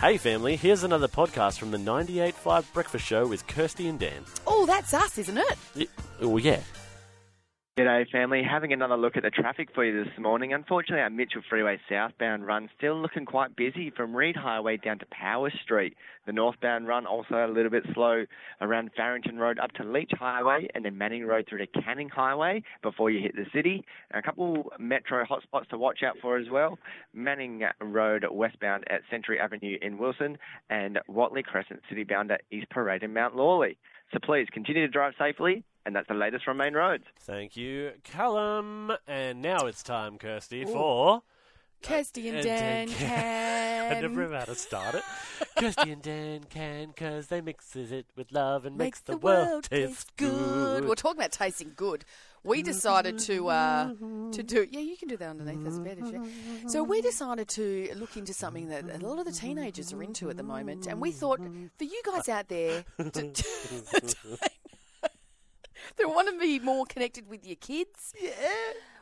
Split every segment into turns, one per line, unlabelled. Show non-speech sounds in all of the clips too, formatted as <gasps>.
Hey, family, here's another podcast from the 98.5 Breakfast Show with Kirsty and Dan.
Oh, that's us, isn't it?
Y- Oh, yeah.
G'day, family. Having another look at the traffic for you this morning. Unfortunately, our Mitchell Freeway southbound run still looking quite busy from Reed Highway down to Power Street. The northbound run also a little bit slow around Farrington Road up to Leach Highway and then Manning Road through to Canning Highway before you hit the city. And a couple metro hotspots to watch out for as well. Manning Road westbound at Century Avenue in Wilson and Watley Crescent citybound at East Parade in Mount Lawley. So please continue to drive safely. And that's the latest from Main Roads.
Thank you, Callum. And now it's time, Kirsty, for.
Kirsty and,
and
Dan
Dan
can.
I never know how to start <laughs> it. Kirsty and Dan can, because they mixes it with love and makes, the, world, taste good.
We're talking about tasting good. We decided to uh, to do. Yeah, you can do that underneath. That's better. yeah. So we decided to look into something that a lot of the teenagers are into at the moment, and we thought for you guys out there,
<laughs>
to, <laughs> that want to be more connected with your kids. Yeah.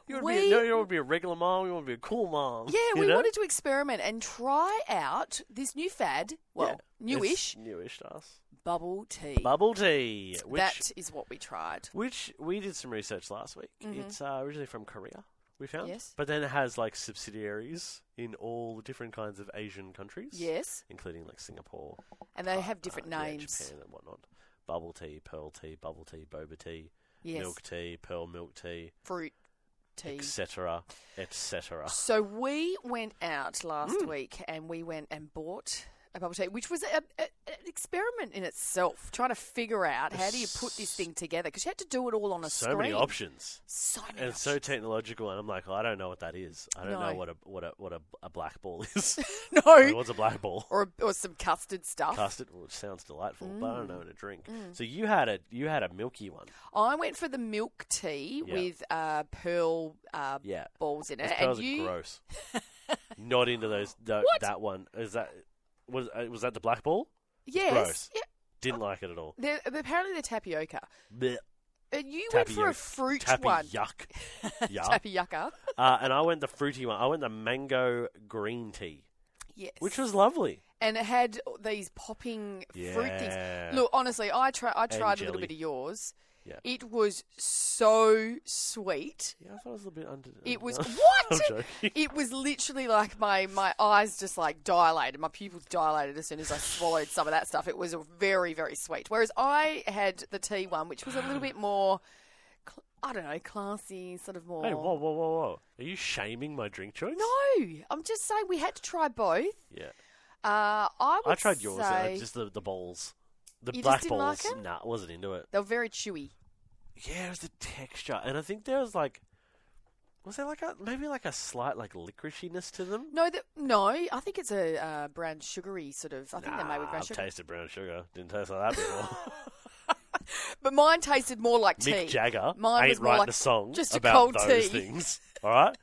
You want to be, a- no, you want to be a regular mom. You want to be a cool mom.
Yeah,
you
we
know?
wanted to experiment and try out this new fad. Well,
Yeah,
newish
it's newish to us.
bubble tea.
Bubble tea, which
that is what we tried.
which we did some research last week. It's uh, originally from Korea. We found,
Mm-hmm. Yes.
but then it has like subsidiaries in all different kinds of Asian countries.
Yes,
including like Singapore.
and they
uh,
have different
uh, yeah,
names.
Japan and whatnot. Bubble tea, pearl tea, bubble tea, boba tea,
Yes,
milk tea, pearl milk tea,
fruit tea.
etc., etc.
So we went out last
Hmm.
week and we went and bought a bubble tea, which was a, a, an experiment in itself, trying to figure out how do you put this thing together because you had to do it all on a
So
screen. Oh
many options.
So many
And it's so
options.
technological, and I'm like, I don't know what that is. I don't know
No.
what a what a what a, a black ball <laughs>
<laughs>
is.
no,
Like, what's a black ball?
or or some custard stuff.
Custard, which sounds delightful, but I don't
Mm.
know what to drink. So you had a you had a milky one.
I went for the milk tea
Yeah.
with uh, pearl uh,
Yeah,
balls in it,
those pearls
and you
are
<laughs>
gross. Not into those. tho-
What?
That one is that was uh, was that the black ball?
yes,
gross.
yeah,
Didn't
Oh.
like it at all.
they're, they're apparently they're tapioca.
Blech.
And you went for
Tapioca.
a fruit
Tappy
one,
yuck.
<laughs>
Yeah.
tapioca.
uh, and I went the fruity one. I went the mango green tea,
Yes,
which was lovely.
and it had these popping fruit
Yeah.
things. Look, honestly, I try I tried a little
jelly.
bit of yours.
Yeah.
It was so sweet.
Yeah, I thought it was a little bit under. uh,
It was
<laughs> I'm
what?
joking.
It was literally like my my eyes just like dilated, my pupils dilated as soon as I swallowed some of that stuff. It was very very sweet. Whereas I had the tea one, which was a little bit more, cl- I don't know, classy, sort of more.
Hey, whoa, whoa, whoa, whoa! Are you shaming my drink choice?
Oh. No, I'm just saying we had to try both.
Yeah.
Uh, I would
I tried yours.
Say
Uh, just the, the balls, the
You just
black
didn't like
balls.
it?
nah, I wasn't into it.
they were very chewy.
Yeah, it was the texture, and I think there was like, was there like a maybe like a slight like licoriciness to them?
No, the, no, I think it's a uh, brown sugary sort of. I think they're made with
Nah,
brown
I've
sugar,
tasted brown sugar. Didn't taste like that
<laughs>
before.
but mine tasted more like tea.
Mick Jagger
Mine was
ain't
more
writing
like
a song
just a
about
cold
those
tea.
things. All right,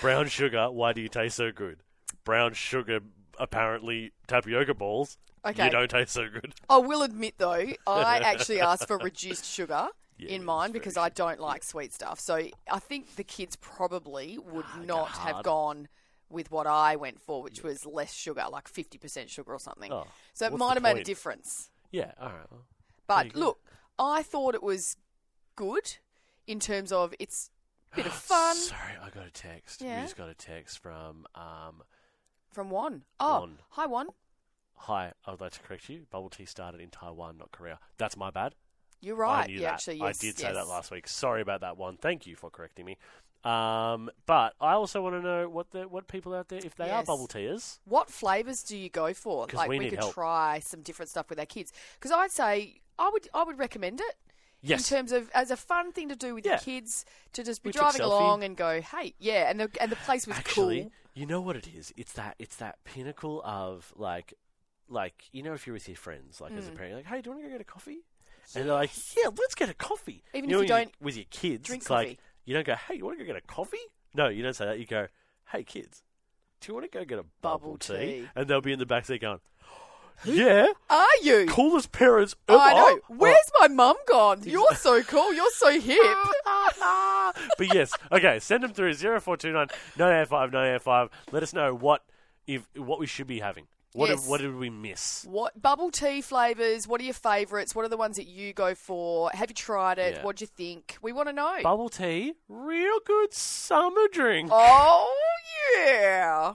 brown sugar. Why do you taste so good? Brown sugar. Apparently, tapioca balls.
Okay.
You don't taste so good.
I will admit though,
<laughs>
I actually asked for reduced sugar
Yeah,
in
yeah,
mine
it's very
because I don't like sweet stuff. So I think the kids probably would
Ah,
not have
hard.
gone with what I went for, which was less sugar, like fifty percent sugar or something.
Oh,
so it
what's
might
the
have made a
point?
difference.
Yeah. All right. well,
But
you go.
look, I thought it was good in terms of it's
<gasps>
a bit of fun
Sorry, I got a text.
Yeah.
We just got a text from um,
from one. Oh,
One.
hi one.
Hi, I would like to correct you. Bubble tea started in Taiwan, not Korea. That's my bad.
You're right.
I knew
you
that.
actually
I
yes,
did say that
yes.
last week. Sorry about that one. Thank you for correcting me. Um, but I also want to know what the what people out there if they are
Yes.
bubble tears.
What flavors do you go for?
'Cause
Like
we
we,
need
could
help.
try some different stuff with our kids. Because I'd say I would I would recommend it
Yes.
in terms of as a fun thing to do with
Yeah.
your kids to just be
We took
driving
selfie.
along and go, hey, yeah, and the and the place was
Actually,
cool.
you know what it is? It's that it's that pinnacle of like like you know if you're with your friends, like
Mm.
as a parent, you're like, hey, do you want to go get a coffee? And they're like, yeah, let's get a coffee.
Even
You
if
know,
you
with your- with your kids,
drink
it's
coffee.
like you don't go, hey, you want to go get a coffee? No, you don't say that. You go, hey, kids, do you want to go get a bubble,
Bubble
tea?
tea.
And they'll be in the back seat going, <gasps> yeah,
Are you?
coolest parents ever.
Oh, I know.
Or-
Where's my mum gone? You're so cool. You're
<laughs>
so hip.
Oh. but yes, okay, send them through 0429 985 985. Let us know what if what we should be having. What
Yes.
did, what did we miss?
What bubble tea flavors? What are your favorites? What are the ones that you go for? Have you tried it?
Yeah.
What do you think? We want to know.
Bubble tea, real good summer drink.
oh yeah.